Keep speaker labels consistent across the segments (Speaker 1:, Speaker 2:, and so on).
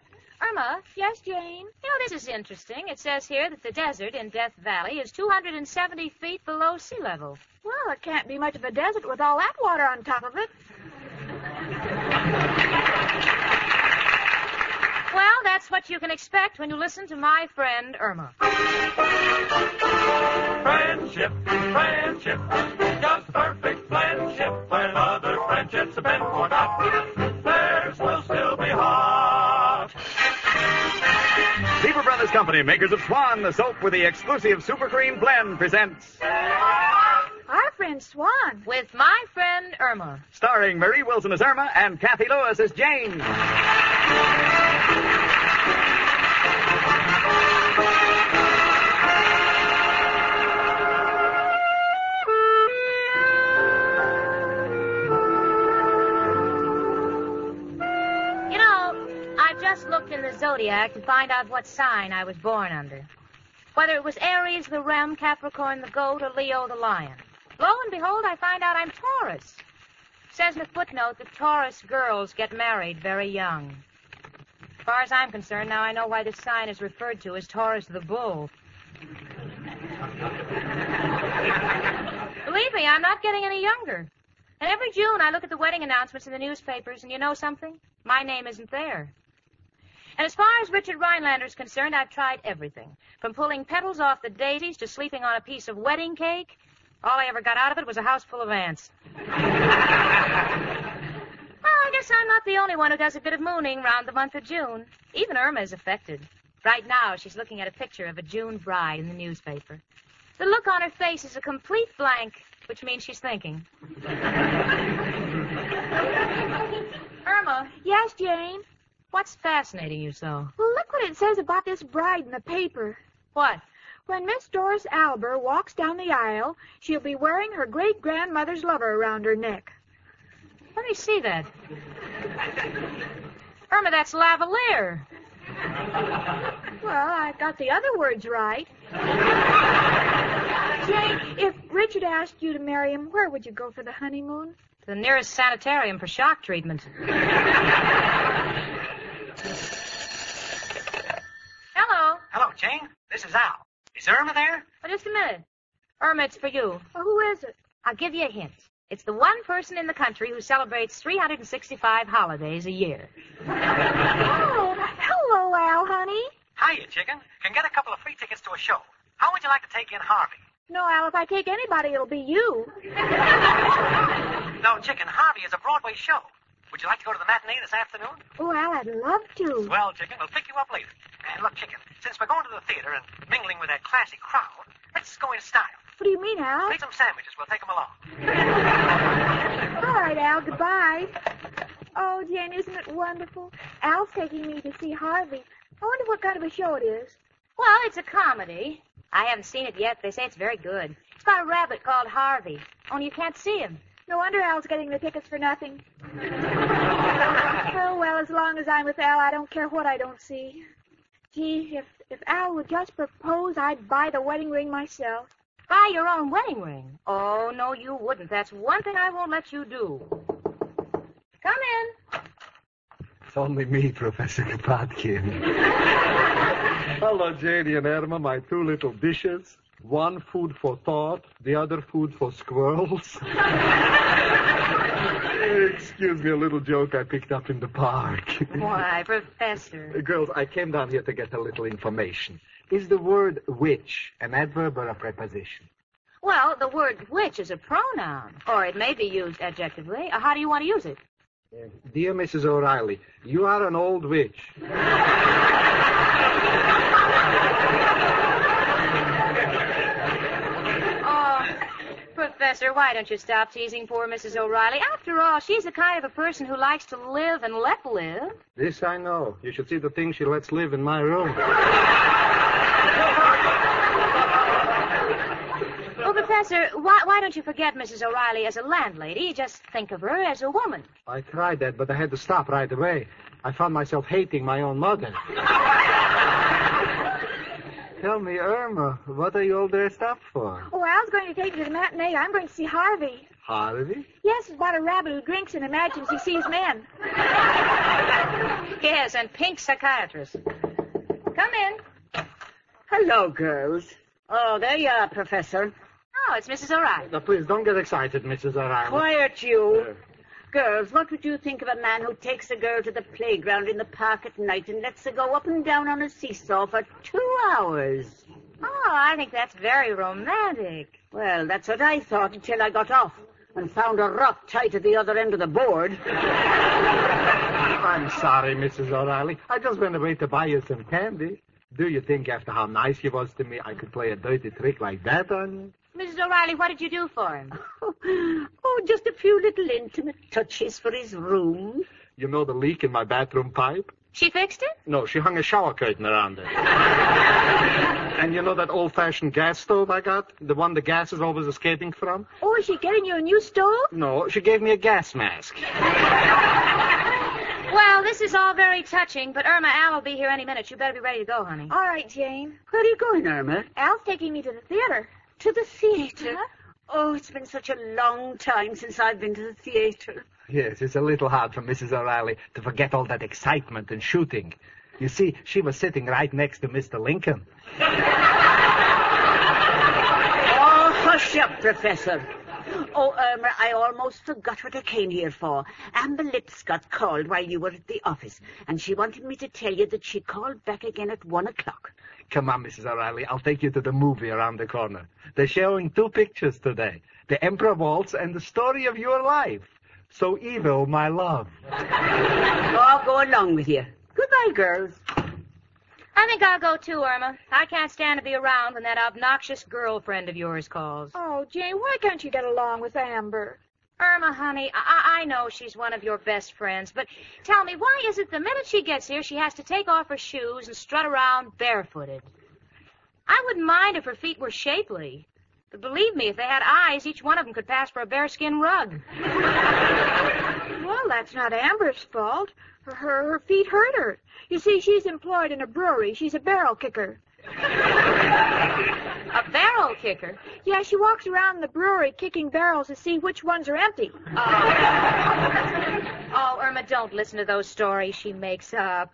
Speaker 1: Irma,
Speaker 2: Yes, Jane?
Speaker 1: you know, this is interesting. It says here that the desert in Death Valley is 270 feet below sea level.
Speaker 2: Well, it can't be much of a desert with all that water on top of it.
Speaker 1: Well, that's what you can expect when you listen to my friend Irma.
Speaker 3: Friendship, friendship, just perfect friendship. When other friendships have been forgot, theirs will still be hot.
Speaker 4: Beaver Brothers Company, makers of Swan, the soap with the exclusive super cream blend, presents
Speaker 2: Our friend Swan.
Speaker 1: With my friend Irma.
Speaker 4: starring Marie Wilson as Irma and Kathy Lewis as Jane.
Speaker 1: You know, I just looked in the zodiac to find out what sign I was born under. Whether it was Aries the ram, Capricorn the goat, or Leo the lion. Lo and behold, I find out I'm Taurus. Says in the footnote that Taurus girls get married very young. As far as I'm concerned, now I know why this sign is referred to as Taurus the bull. Believe me, I'm not getting any younger. And every June, I look at the wedding announcements in the newspapers, and you know something? My name isn't there. And as far as Richard Rhinelander is concerned, I've tried everything. From pulling petals off the daisies to sleeping on a piece of wedding cake. All I ever got out of it was a house full of ants. well, I guess I'm not the only one who does a bit of mooning round the month of June. Even Irma is affected. Right now, she's looking at a picture of a June bride in the newspaper. The look on her face is a complete blank, which means she's thinking. Irma,
Speaker 2: Yes, Jane?
Speaker 1: what's fascinating you so?
Speaker 2: Well, look what it says about this bride in the paper.
Speaker 1: What?
Speaker 2: When Miss Doris Alber walks down the aisle, she'll be wearing her great grandmother's lover around her neck.
Speaker 1: Let me see that. Irma, that's lavalier.
Speaker 2: Well, I got the other words right. Jane, if Richard asked you to marry him, where would you go for the honeymoon?
Speaker 1: The nearest sanitarium for shock treatment. Hello.
Speaker 5: Hello, Jane. This is Al. Is Irma there?
Speaker 1: Oh, just a minute. Irma, it's for you.
Speaker 2: Well, who is it?
Speaker 1: I'll give you a hint. It's the one person in the country who celebrates 365 holidays a year.
Speaker 2: Oh, hello, Al, honey.
Speaker 5: Hiya, chicken. Can get a couple of free tickets to a show. How would you like to take in Harvey?
Speaker 2: No, Al, if I take anybody, it'll be you.
Speaker 5: No, chicken. Harvey is a Broadway show. Would you like to go to the matinee this afternoon?
Speaker 2: Oh, Al, I'd love to.
Speaker 5: Well, chicken, we'll pick you up later. And look, chicken, since we're going to the theater and mingling with that classy crowd, let's go in style.
Speaker 2: What do you mean, Al?
Speaker 5: Make some sandwiches. We'll take 'em along.
Speaker 2: All right, Al, goodbye. Oh, Jane, isn't it wonderful? Al's taking me to see Harvey. I wonder what kind of a show it is.
Speaker 1: Well, it's a comedy. I haven't seen it yet. They say it's very good. It's about a rabbit called Harvey. Only you can't see him.
Speaker 2: No wonder Al's getting the tickets for nothing. oh, well, as long as I'm with Al, I don't care what I don't see. Gee, if, if Al would just propose, I'd buy the wedding ring myself.
Speaker 1: Buy your own wedding ring. Oh, no, you wouldn't. That's one thing I won't let you do. Come in.
Speaker 6: It's only me, Professor Kropotkin. Hello, Janie and Irma, my two little dishes. One food for thought, the other food for squirrels. Excuse me, a little joke I picked up in the park.
Speaker 1: Why, Professor.
Speaker 6: Girls, I came down here to get a little information. Is the word which an adverb or a preposition?
Speaker 1: Well, the word which is a pronoun, or it may be used adjectively. Uh, How do you want to use it?
Speaker 6: Dear Mrs. O'Reilly, you are an old witch.
Speaker 1: Oh, Professor, why don't you stop teasing poor Mrs. O'Reilly? After all, she's the kind of a person who likes to live and let live.
Speaker 6: This I know. You should see the thing she lets live in my room.
Speaker 1: Well, Professor, why, why don't you forget Mrs. O'Reilly as a landlady? Just think of her as a woman.
Speaker 6: I tried that, but I had to stop right away. I found myself hating my own mother. Tell me, Irma, what are you all dressed up for?
Speaker 2: Oh, Al's going to take me to the matinee. I'm going to see Harvey.
Speaker 6: Harvey?
Speaker 2: Yes, it's about a rabbit who drinks and imagines he sees men.
Speaker 1: Yes, and pink psychiatrist. Come in.
Speaker 7: Hello, girls. Oh, there you are, Professor.
Speaker 1: Oh, it's Mrs. O'Reilly.
Speaker 6: Now, please don't get excited, Mrs. O'Reilly.
Speaker 7: Quiet,
Speaker 6: Uh,
Speaker 7: you. Girls, what would you think of a man who takes a girl to the playground in the park at night and lets her go up and down on a seesaw for two hours?
Speaker 1: Oh, I think that's very romantic.
Speaker 7: Well, that's what I thought until I got off and found a rock tight at the other end of the board.
Speaker 6: I'm sorry, Mrs. O'Reilly. I just went away to buy you some candy. Do you think after how nice you was to me, I could play a dirty trick like that on you?
Speaker 1: Mrs. O'Reilly, what did you do for him?
Speaker 7: oh, just a few little intimate touches for his room.
Speaker 6: You know the leak in my bathroom pipe?
Speaker 1: She fixed it?
Speaker 6: No, she hung a shower curtain around it. and you know that old-fashioned gas stove I got? The one the gas is always escaping from?
Speaker 2: Oh, is she getting you a new stove?
Speaker 6: No, she gave me a gas mask.
Speaker 1: Well, this is all very touching, but Irma Al will be here any minute. You better be ready to go, honey.
Speaker 7: Uh-huh.
Speaker 2: All right, Jane.
Speaker 7: Where are you going, Irma?
Speaker 2: Al's taking me to the theater.
Speaker 7: To the theater Oh, it's been such a long time since I've been to the theater.
Speaker 6: Yes, it's a little hard for Mrs. O'Reilly to forget all that excitement and shooting. You see, she was sitting right next to Mr. Lincoln.
Speaker 7: Oh, hush up, Professor. Oh, Irma, I almost forgot what I came here for. Amber Lipscott called while you were at the office, and she wanted me to tell you that she called back again at one o'clock.
Speaker 6: Come on, Mrs. O'Reilly, I'll take you to the movie around the corner. They're showing two pictures today, The Emperor Waltz and The Story of Your Life. So evil, my love.
Speaker 7: Oh, I'll go along with you. Goodbye, girls.
Speaker 1: I think I'll go too, Irma. I can't stand to be around when that obnoxious girlfriend of yours calls.
Speaker 2: Oh, Jane, why can't you get along with Amber?
Speaker 1: Irma, honey, I, I I know she's one of your best friends, but tell me, why is it the minute she gets here, she has to take off her shoes and strut around barefooted? I wouldn't mind if her feet were shapely, but believe me, if they had eyes, each one of them could pass for a bearskin rug.
Speaker 2: Well, that's not Amber's fault. Her, her, her feet hurt her. You see, she's employed in a brewery. She's a barrel kicker.
Speaker 1: A barrel kicker.
Speaker 2: Yeah, she walks around the brewery kicking barrels to see which ones are empty.
Speaker 1: Oh, Irma, don't listen to those stories she makes up.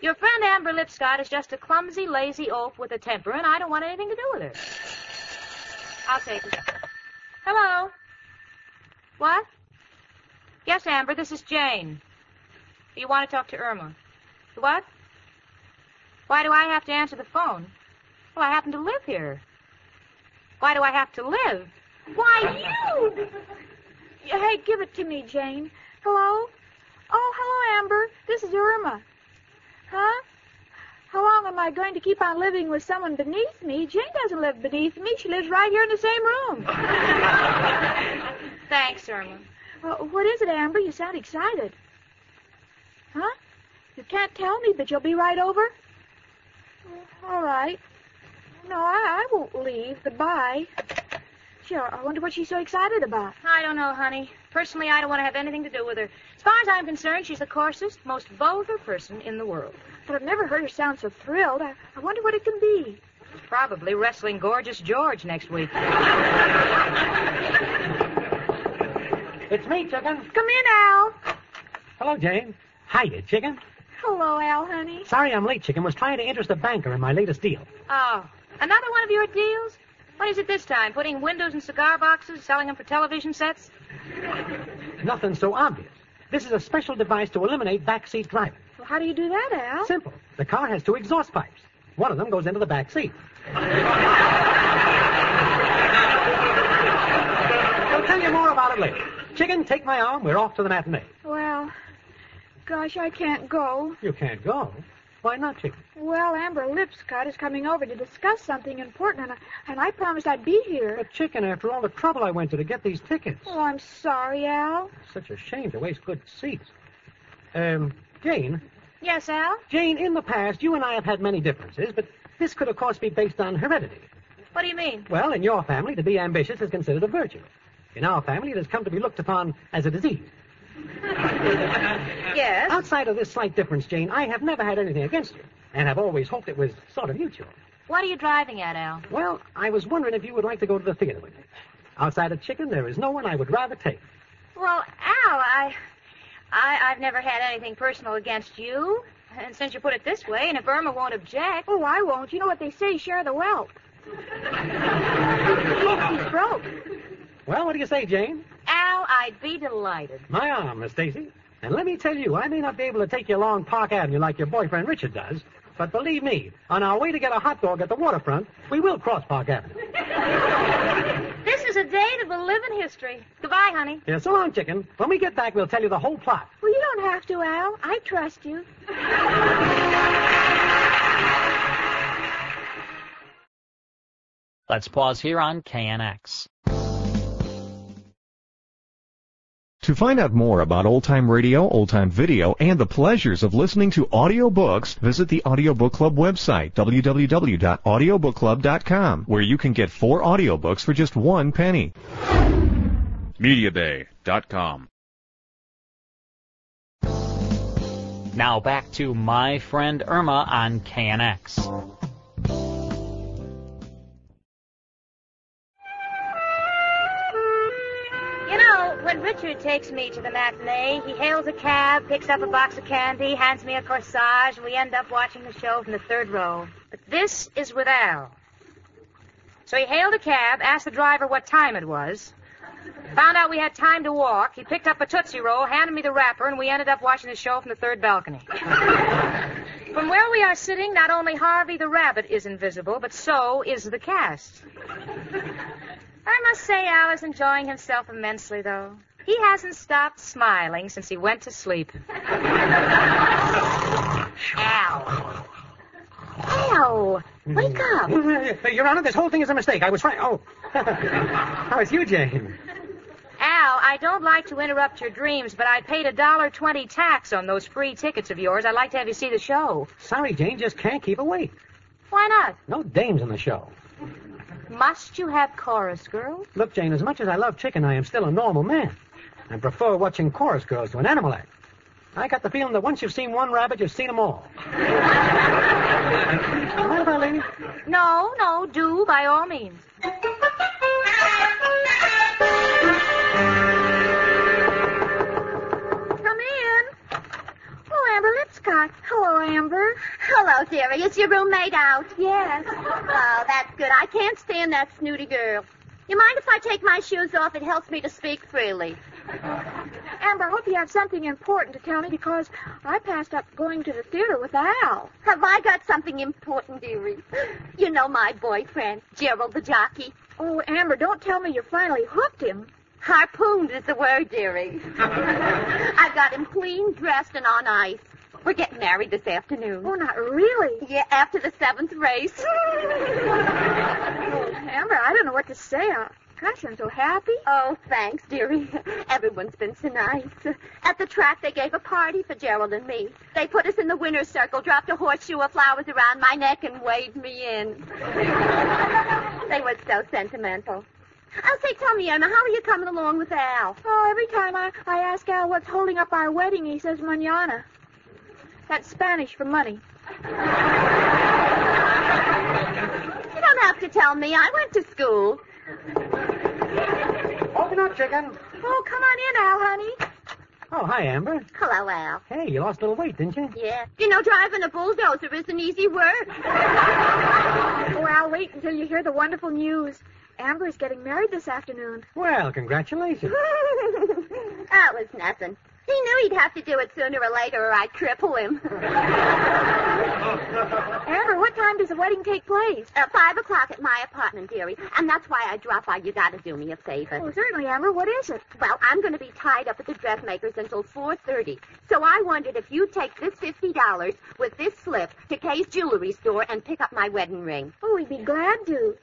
Speaker 1: Your friend Amber Lipscott is just a clumsy, lazy oaf with a temper, and I don't want anything to do with her. I'll take it. Hello? What? Yes, Amber, this is Jane. You want to talk to Irma? What? Why do I have to answer the phone? Well, I happen to live here. Why do I have to live?
Speaker 2: Why, you! Hey, give it to me, Jane. Hello? Oh, hello, Amber. This is Irma. Huh? How long am I going to keep on living with someone beneath me? Jane doesn't live beneath me. She lives right here in the same room.
Speaker 1: Thanks, Irma.
Speaker 2: Well, what is it, Amber? You sound excited. Huh? You can't tell me, but you'll be right over? All right. No, I, I won't leave. Goodbye. Sure, I wonder what she's so excited about.
Speaker 1: I don't know, honey. Personally, I don't want to have anything to do with her. As far as I'm concerned, she's the coarsest, most vulgar person in the world.
Speaker 2: But I've never heard her sound so thrilled. I, I wonder what it can be.
Speaker 1: Probably wrestling Gorgeous George next week.
Speaker 8: It's me, Chicken.
Speaker 2: Come in, Al.
Speaker 8: Hello, Jane. Hiya, Chicken.
Speaker 2: Hello, Al, honey.
Speaker 8: Sorry I'm late, Chicken. Was trying to interest a banker in my latest deal.
Speaker 1: Oh, another one of your deals? What is it this time? Putting windows in cigar boxes, selling them for television sets?
Speaker 8: Nothing so obvious. This is a special device to eliminate backseat driving.
Speaker 2: Well, how do you do that, Al?
Speaker 8: Simple. The car has two exhaust pipes. One of them goes into the back seat. I'll tell you more about it later. Chicken, take my arm. We're off to the matinee.
Speaker 2: Well, gosh, I can't go.
Speaker 8: You can't go. Why not, Chicken?
Speaker 2: Well, Amber Lipscott is coming over to discuss something important, and I, and I promised I'd be here.
Speaker 8: But Chicken, after all the trouble I went to to get these tickets.
Speaker 2: Oh, I'm sorry, Al.
Speaker 8: Such a shame to waste good seats. Um, Jane,
Speaker 2: Yes, Al?
Speaker 8: Jane, in the past, you and I have had many differences, but this could, of course, be based on heredity.
Speaker 2: What do you mean?
Speaker 8: Well, in your family, to be ambitious is considered a virtue. In our family, it has come to be looked upon as a disease.
Speaker 7: Yes?
Speaker 2: Uh,
Speaker 8: Outside of this slight difference, Jane, I have never had anything against you, and have always hoped it was sort of mutual.
Speaker 1: What are you driving at, Al?
Speaker 8: Well, I was wondering if you would like to go to the theater with me. Outside of chicken, there is no one I would rather take.
Speaker 1: Well, Al, I, I, I've never had anything personal against you. And since you put it this way, and if Irma won't object,
Speaker 2: Oh, I won't. You know what they say, share the wealth. She's broke.
Speaker 8: Well, what do you say, Jane?
Speaker 1: Al, I'd be delighted.
Speaker 8: My arm, Miss Stacy. And let me tell you, I may not be able to take you along Park Avenue like your boyfriend Richard does, but believe me, on our way to get a hot dog at the waterfront, we will cross Park Avenue.
Speaker 1: This is a day that will live in history. Goodbye, honey.
Speaker 8: Yeah, so long, chicken. When we get back, we'll tell you the whole plot.
Speaker 2: Well, you don't have to, Al. I trust you.
Speaker 9: Let's pause here on KNX.
Speaker 10: To find out more about old time radio, old time video, and the pleasures of listening to audiobooks, visit the Audiobook Club website, www.audiobookclub.com, where you can get four audiobooks for just one penny.
Speaker 11: MediaBay.com.
Speaker 9: Now back to my friend Irma on KNX.
Speaker 1: You know, when Richard takes me to the matinee, he hails a cab, picks up a box of candy, hands me a corsage, and we end up watching the show from the third row. But this is with Al. So he hailed a cab, asked the driver what time it was, found out we had time to walk. He picked up a Tootsie Roll, handed me the wrapper, and we ended up watching the show from the third balcony. From where we are sitting, not only Harvey the Rabbit is invisible, but so is the cast. I must say Al is enjoying himself immensely, though. He hasn't stopped smiling since he went to sleep. Al. Al, wake up.
Speaker 8: Your Honor, this whole thing is a mistake. I was trying. Oh. How is you, Jane?
Speaker 1: Al, I don't like to interrupt your dreams, but I paid a dollar twenty tax on those free tickets of yours. I'd like to have you see the show.
Speaker 8: Sorry, Jane, just can't keep awake.
Speaker 1: Why not?
Speaker 8: No dames in the show.
Speaker 1: Must you have chorus girls?
Speaker 8: Look, Jane, as much as I love chicken, I am still a normal man. I prefer watching chorus girls to an animal act. I got the feeling that once you've seen one rabbit, you've seen them all. Am I about lady?
Speaker 1: No, no, do by all means.
Speaker 2: Come in. Oh, Amber Lipscott. Hello, Amber.
Speaker 12: Hello, dearie. Is your roommate out?
Speaker 2: Yes.
Speaker 12: Oh, that's good. I can't stand that snooty
Speaker 7: Uh,
Speaker 12: girl. You mind if I take my shoes off? It helps me to speak freely.
Speaker 2: Amber, I hope you have something important to tell me because I passed up going to the theater with Al.
Speaker 12: Have I got something important, dearie? You know my boyfriend, Gerald the jockey.
Speaker 2: Oh, Amber, don't tell me you finally hooked him.
Speaker 12: Harpooned is the word, dearie. I've got him clean dressed and on ice. We're getting married this afternoon.
Speaker 2: Oh, not really.
Speaker 12: Yeah, after the seventh race.
Speaker 2: Oh, Amber, I don't know what to say. I, gosh, I'm so happy.
Speaker 12: Oh, thanks, dearie. Everyone's been so nice. At the track, they gave a party for Gerald and me. They put us in the winner's circle, dropped a horseshoe of flowers around my neck, and waved me in. they were so sentimental. Oh, say, tell me, Emma, how are you coming along with Al?
Speaker 2: Oh, every time I, I ask Al what's holding up our wedding, he says manana. That's Spanish for money.
Speaker 12: You don't have to tell me. I went to school.
Speaker 8: Open up, chicken.
Speaker 2: Oh, come on in, Al, honey.
Speaker 8: Oh, hi, Amber.
Speaker 12: Hello, Al.
Speaker 8: Hey, you lost a little weight, didn't you?
Speaker 12: Yeah. You know, driving a bulldozer isn't easy work.
Speaker 2: Oh, Al, wait until you hear the wonderful news. Amber is getting married this afternoon.
Speaker 8: Well, congratulations.
Speaker 12: that was nothing. He knew he'd have to do it sooner or later or I'd cripple him.
Speaker 2: Amber, what time does the wedding take place?
Speaker 12: At five o'clock at my apartment, dearie. And that's why I drop by. You gotta do me a favor.
Speaker 2: Oh, certainly, Amber. What is it?
Speaker 12: Well, I'm gonna be tied up at the dressmaker's until 4.30. So I wondered if you'd take this $50 with this slip to Kay's jewelry store and pick up my wedding ring.
Speaker 2: Oh, we'd be glad to. Do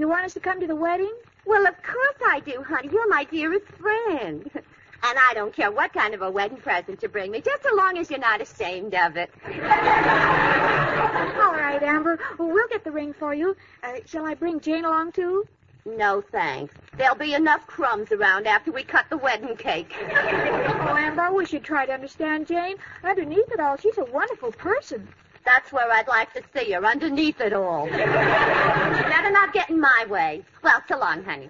Speaker 2: you want us to come to the wedding?
Speaker 12: Well, of course I do, honey. You're my dearest friend. And I don't care what kind of a wedding present you bring me, just so long as you're not ashamed of it.
Speaker 2: All right, Amber. Well, we'll get the ring for you. Uh, shall I bring Jane along, too?
Speaker 12: No, thanks. There'll be enough crumbs around after we cut the wedding cake. oh,
Speaker 2: Amber, I wish you'd try to understand Jane. Underneath it all, she's a wonderful person.
Speaker 12: That's where I'd like to see her, underneath it all. you better not get in my way. Well, so long, honey.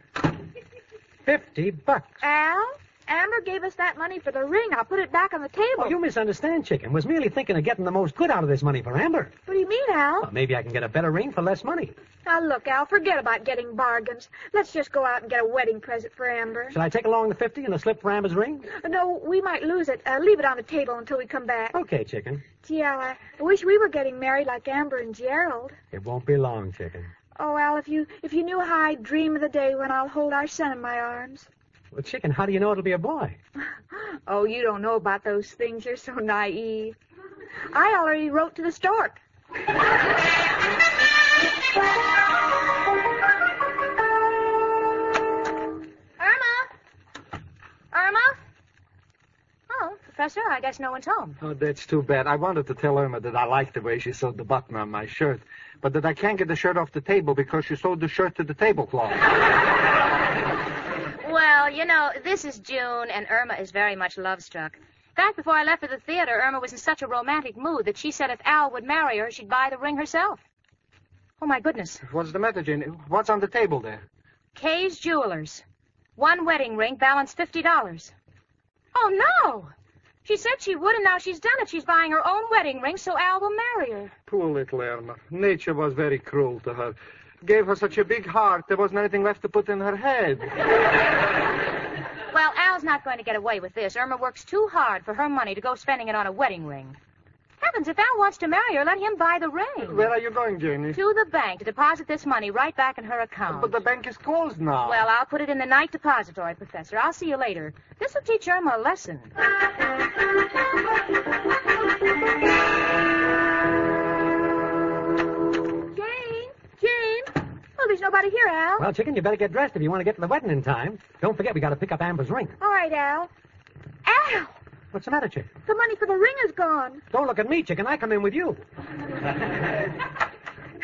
Speaker 8: Fifty bucks.
Speaker 2: Al? Amber gave us that money for the ring. I'll put it back on the table.
Speaker 8: Oh, you misunderstand, Chicken. Was merely thinking of getting the most good out of this money for Amber.
Speaker 2: What do you mean, Al?
Speaker 8: Well, maybe I can get a better ring for less money.
Speaker 2: Now, look, Al, forget about getting bargains. Let's just go out and get a wedding present for Amber.
Speaker 8: Shall I take along the 50 and a slip for Amber's ring?
Speaker 2: No, we might lose it. Uh, leave it on the table until we come back.
Speaker 8: Okay, Chicken.
Speaker 2: Oh, Gee, Al, I wish we were getting married like Amber and Gerald.
Speaker 8: It won't be long, Chicken.
Speaker 2: Oh, Al, if you if you knew how I'd dream of the day when I'll hold our son in my arms.
Speaker 8: Well, Chicken, how do you know it'll be a boy?
Speaker 2: Oh, you don't know about those things. You're so naive. I already wrote to the stork. Irma! Irma? Oh, Professor, I guess no one's home.
Speaker 6: Oh, that's too bad. I wanted to tell Irma that I liked the way she sewed the button on my shirt, but that I can't get the shirt off the table because she sewed the shirt to the tablecloth.
Speaker 1: Well, you know, this is June, and Irma is very much love struck. In fact, before I left for the theater, Irma was in such a romantic mood that she said if Al would marry her, she'd buy the ring herself. Oh, my goodness.
Speaker 6: What's the matter, Jane? What's on the table there?
Speaker 1: Kay's Jewelers. One wedding ring, balance $50. Oh, no! She said she would, and now she's done it. She's buying her own wedding ring so Al will marry her.
Speaker 6: Poor little Irma. Nature was very cruel to her gave her such a big heart, there wasn't anything left to put in her head.
Speaker 1: Well, Al's not going to get away with this. Irma works too hard for her money to go spending it on a wedding ring. Heavens, if Al wants to marry her, let him buy the ring.
Speaker 6: Where are you going, Janie?
Speaker 1: To the bank to deposit this money right back in her account.
Speaker 6: But the bank is closed now.
Speaker 1: Well, I'll put it in the night depository, Professor. I'll see you later. This will teach Irma a lesson.
Speaker 2: Oh, there's nobody here, Al.
Speaker 8: Well, Chicken, you better get dressed if you want to get to the wedding in time. Don't forget, we got to pick up Amber's ring.
Speaker 2: All right, Al. Al!
Speaker 8: What's the matter, Chicken?
Speaker 2: The money for the ring is gone.
Speaker 8: Don't look at me, Chicken. I come in with you.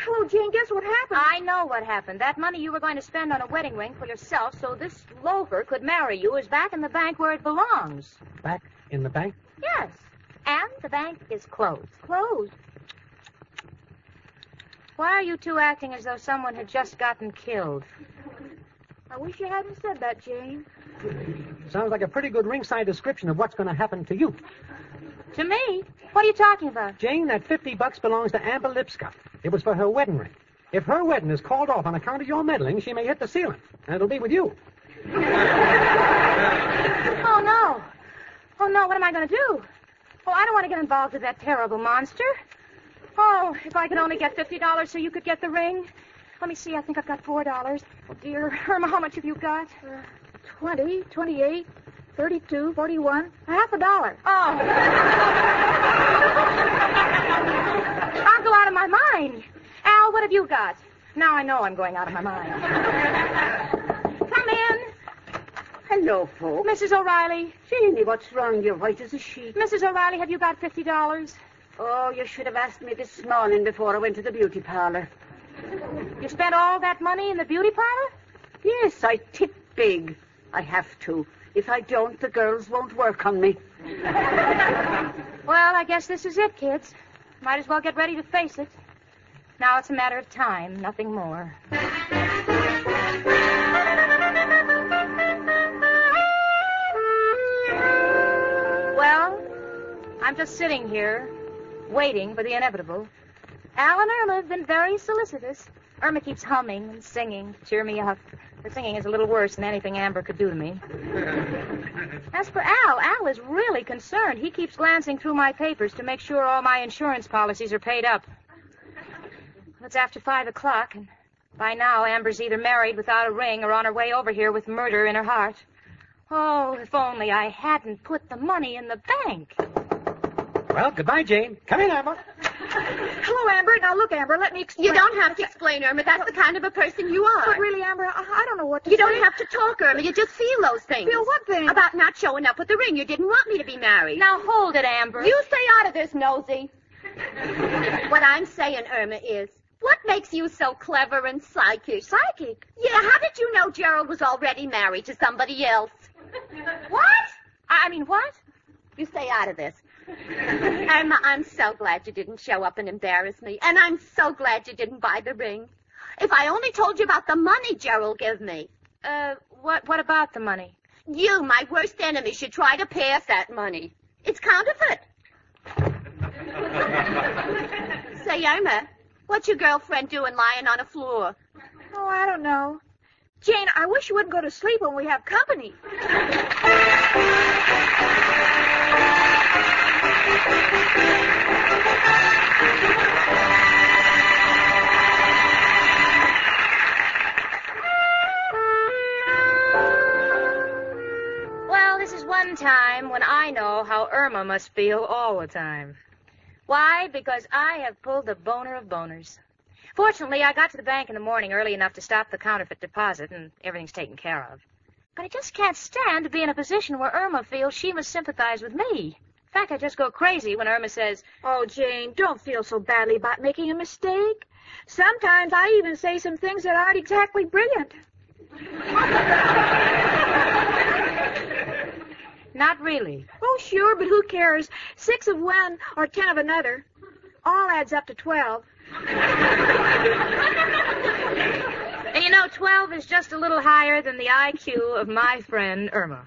Speaker 2: Hello, Jane. Guess what happened?
Speaker 1: I know what happened. That money you were going to spend on a wedding ring for yourself so this loafer could marry you is back in the bank where it belongs.
Speaker 8: Back in the bank?
Speaker 1: Yes. And the bank is closed.
Speaker 2: Closed?
Speaker 1: Why are you two acting as though someone had just gotten killed?
Speaker 2: I wish you hadn't said that, Jane.
Speaker 8: Sounds like a pretty good ringside description of what's going to happen to you.
Speaker 1: To me? What are you talking about?
Speaker 8: Jane, that 50 bucks belongs to Amber Lipscott. It was for her wedding ring. If her wedding is called off on account of your meddling, she may hit the ceiling, and it'll be with you. oh,
Speaker 1: no. Oh, no. What am I going to do? Oh, I don't want to get involved with that terrible monster. Oh, if I could only get $50 so you could get the ring. Let me see, I think I've got $4. Oh, dear. Irma, how much have you got? Uh,
Speaker 2: 20, 28, 32, 41, a half a dollar.
Speaker 1: Oh. I'll go out of my mind. Al, what have you got? Now I know I'm going out of my mind. Come in.
Speaker 7: Hello, folks.
Speaker 1: Mrs. O'Reilly.
Speaker 7: Janie, what's wrong? You're white as a sheet.
Speaker 1: Mrs. O'Reilly, have you got $50?
Speaker 7: Oh, you should have asked me this morning before I went to the beauty parlor.
Speaker 1: You spent all that money in the beauty parlor?
Speaker 7: Yes, I tip big. I have to. If I don't, the girls won't work on me.
Speaker 1: well, I guess this is it, kids. Might as well get ready to face it. Now it's a matter of time, nothing more. well, I'm just sitting here waiting for the inevitable. Al and Irma have been very solicitous. Irma keeps humming and singing to cheer me up. The singing is a little worse than anything Amber could do to me. As for Al, Al is really concerned. He keeps glancing through my papers to make sure all my insurance policies are paid up. Well, It's after five o'clock, and by now Amber's either married without a ring or on her way over here with murder in her heart. Oh, if only I hadn't put the money in the bank.
Speaker 8: Well, goodbye, Jane. Come in, Amber.
Speaker 2: Hello, Amber. Now, look, Amber, let me explain.
Speaker 12: You don't have to explain, Irma. That's the kind of a person you are.
Speaker 2: But really, Amber, I, I don't know what to
Speaker 12: You
Speaker 2: say.
Speaker 12: don't have to talk, Irma. You just feel those things.
Speaker 2: Feel what things?
Speaker 12: About not showing up with the ring. You didn't want me to be married.
Speaker 1: Now hold it, Amber.
Speaker 12: You stay out of this, nosy. what I'm saying, Irma, is what makes you so clever and psychic? Psychic? Yeah, how did you know Gerald was already married to somebody else? what?
Speaker 1: I I mean, what?
Speaker 12: You stay out of this. Irma, I'm so glad you didn't show up and embarrass me. And I'm so glad you didn't buy the ring. If I only told you about the money Gerald gave me.
Speaker 1: Uh, what, what about the money?
Speaker 12: You, my worst enemy, should try to pass that money. It's counterfeit. Say, Irma, what's your girlfriend doing lying on a floor?
Speaker 2: Oh, I don't know. Jane, I wish you wouldn't go to sleep when we have company.
Speaker 1: Well, this is one time when I know how Irma must feel all the time. Why? Because I have pulled the boner of boners. Fortunately, I got to the bank in the morning early enough to stop the counterfeit deposit, and everything's taken care of. But I just can't stand to be in a position where Irma feels she must sympathize with me. In fact, I just go crazy when Irma says,
Speaker 2: Oh, Jane, don't feel so badly about making a mistake. Sometimes I even say some things that aren't exactly brilliant.
Speaker 1: Not really.
Speaker 2: Oh, sure, but who cares? Six of one or ten of another. All adds up to twelve.
Speaker 1: And you know, 12 is just a little higher than the IQ of my friend Irma.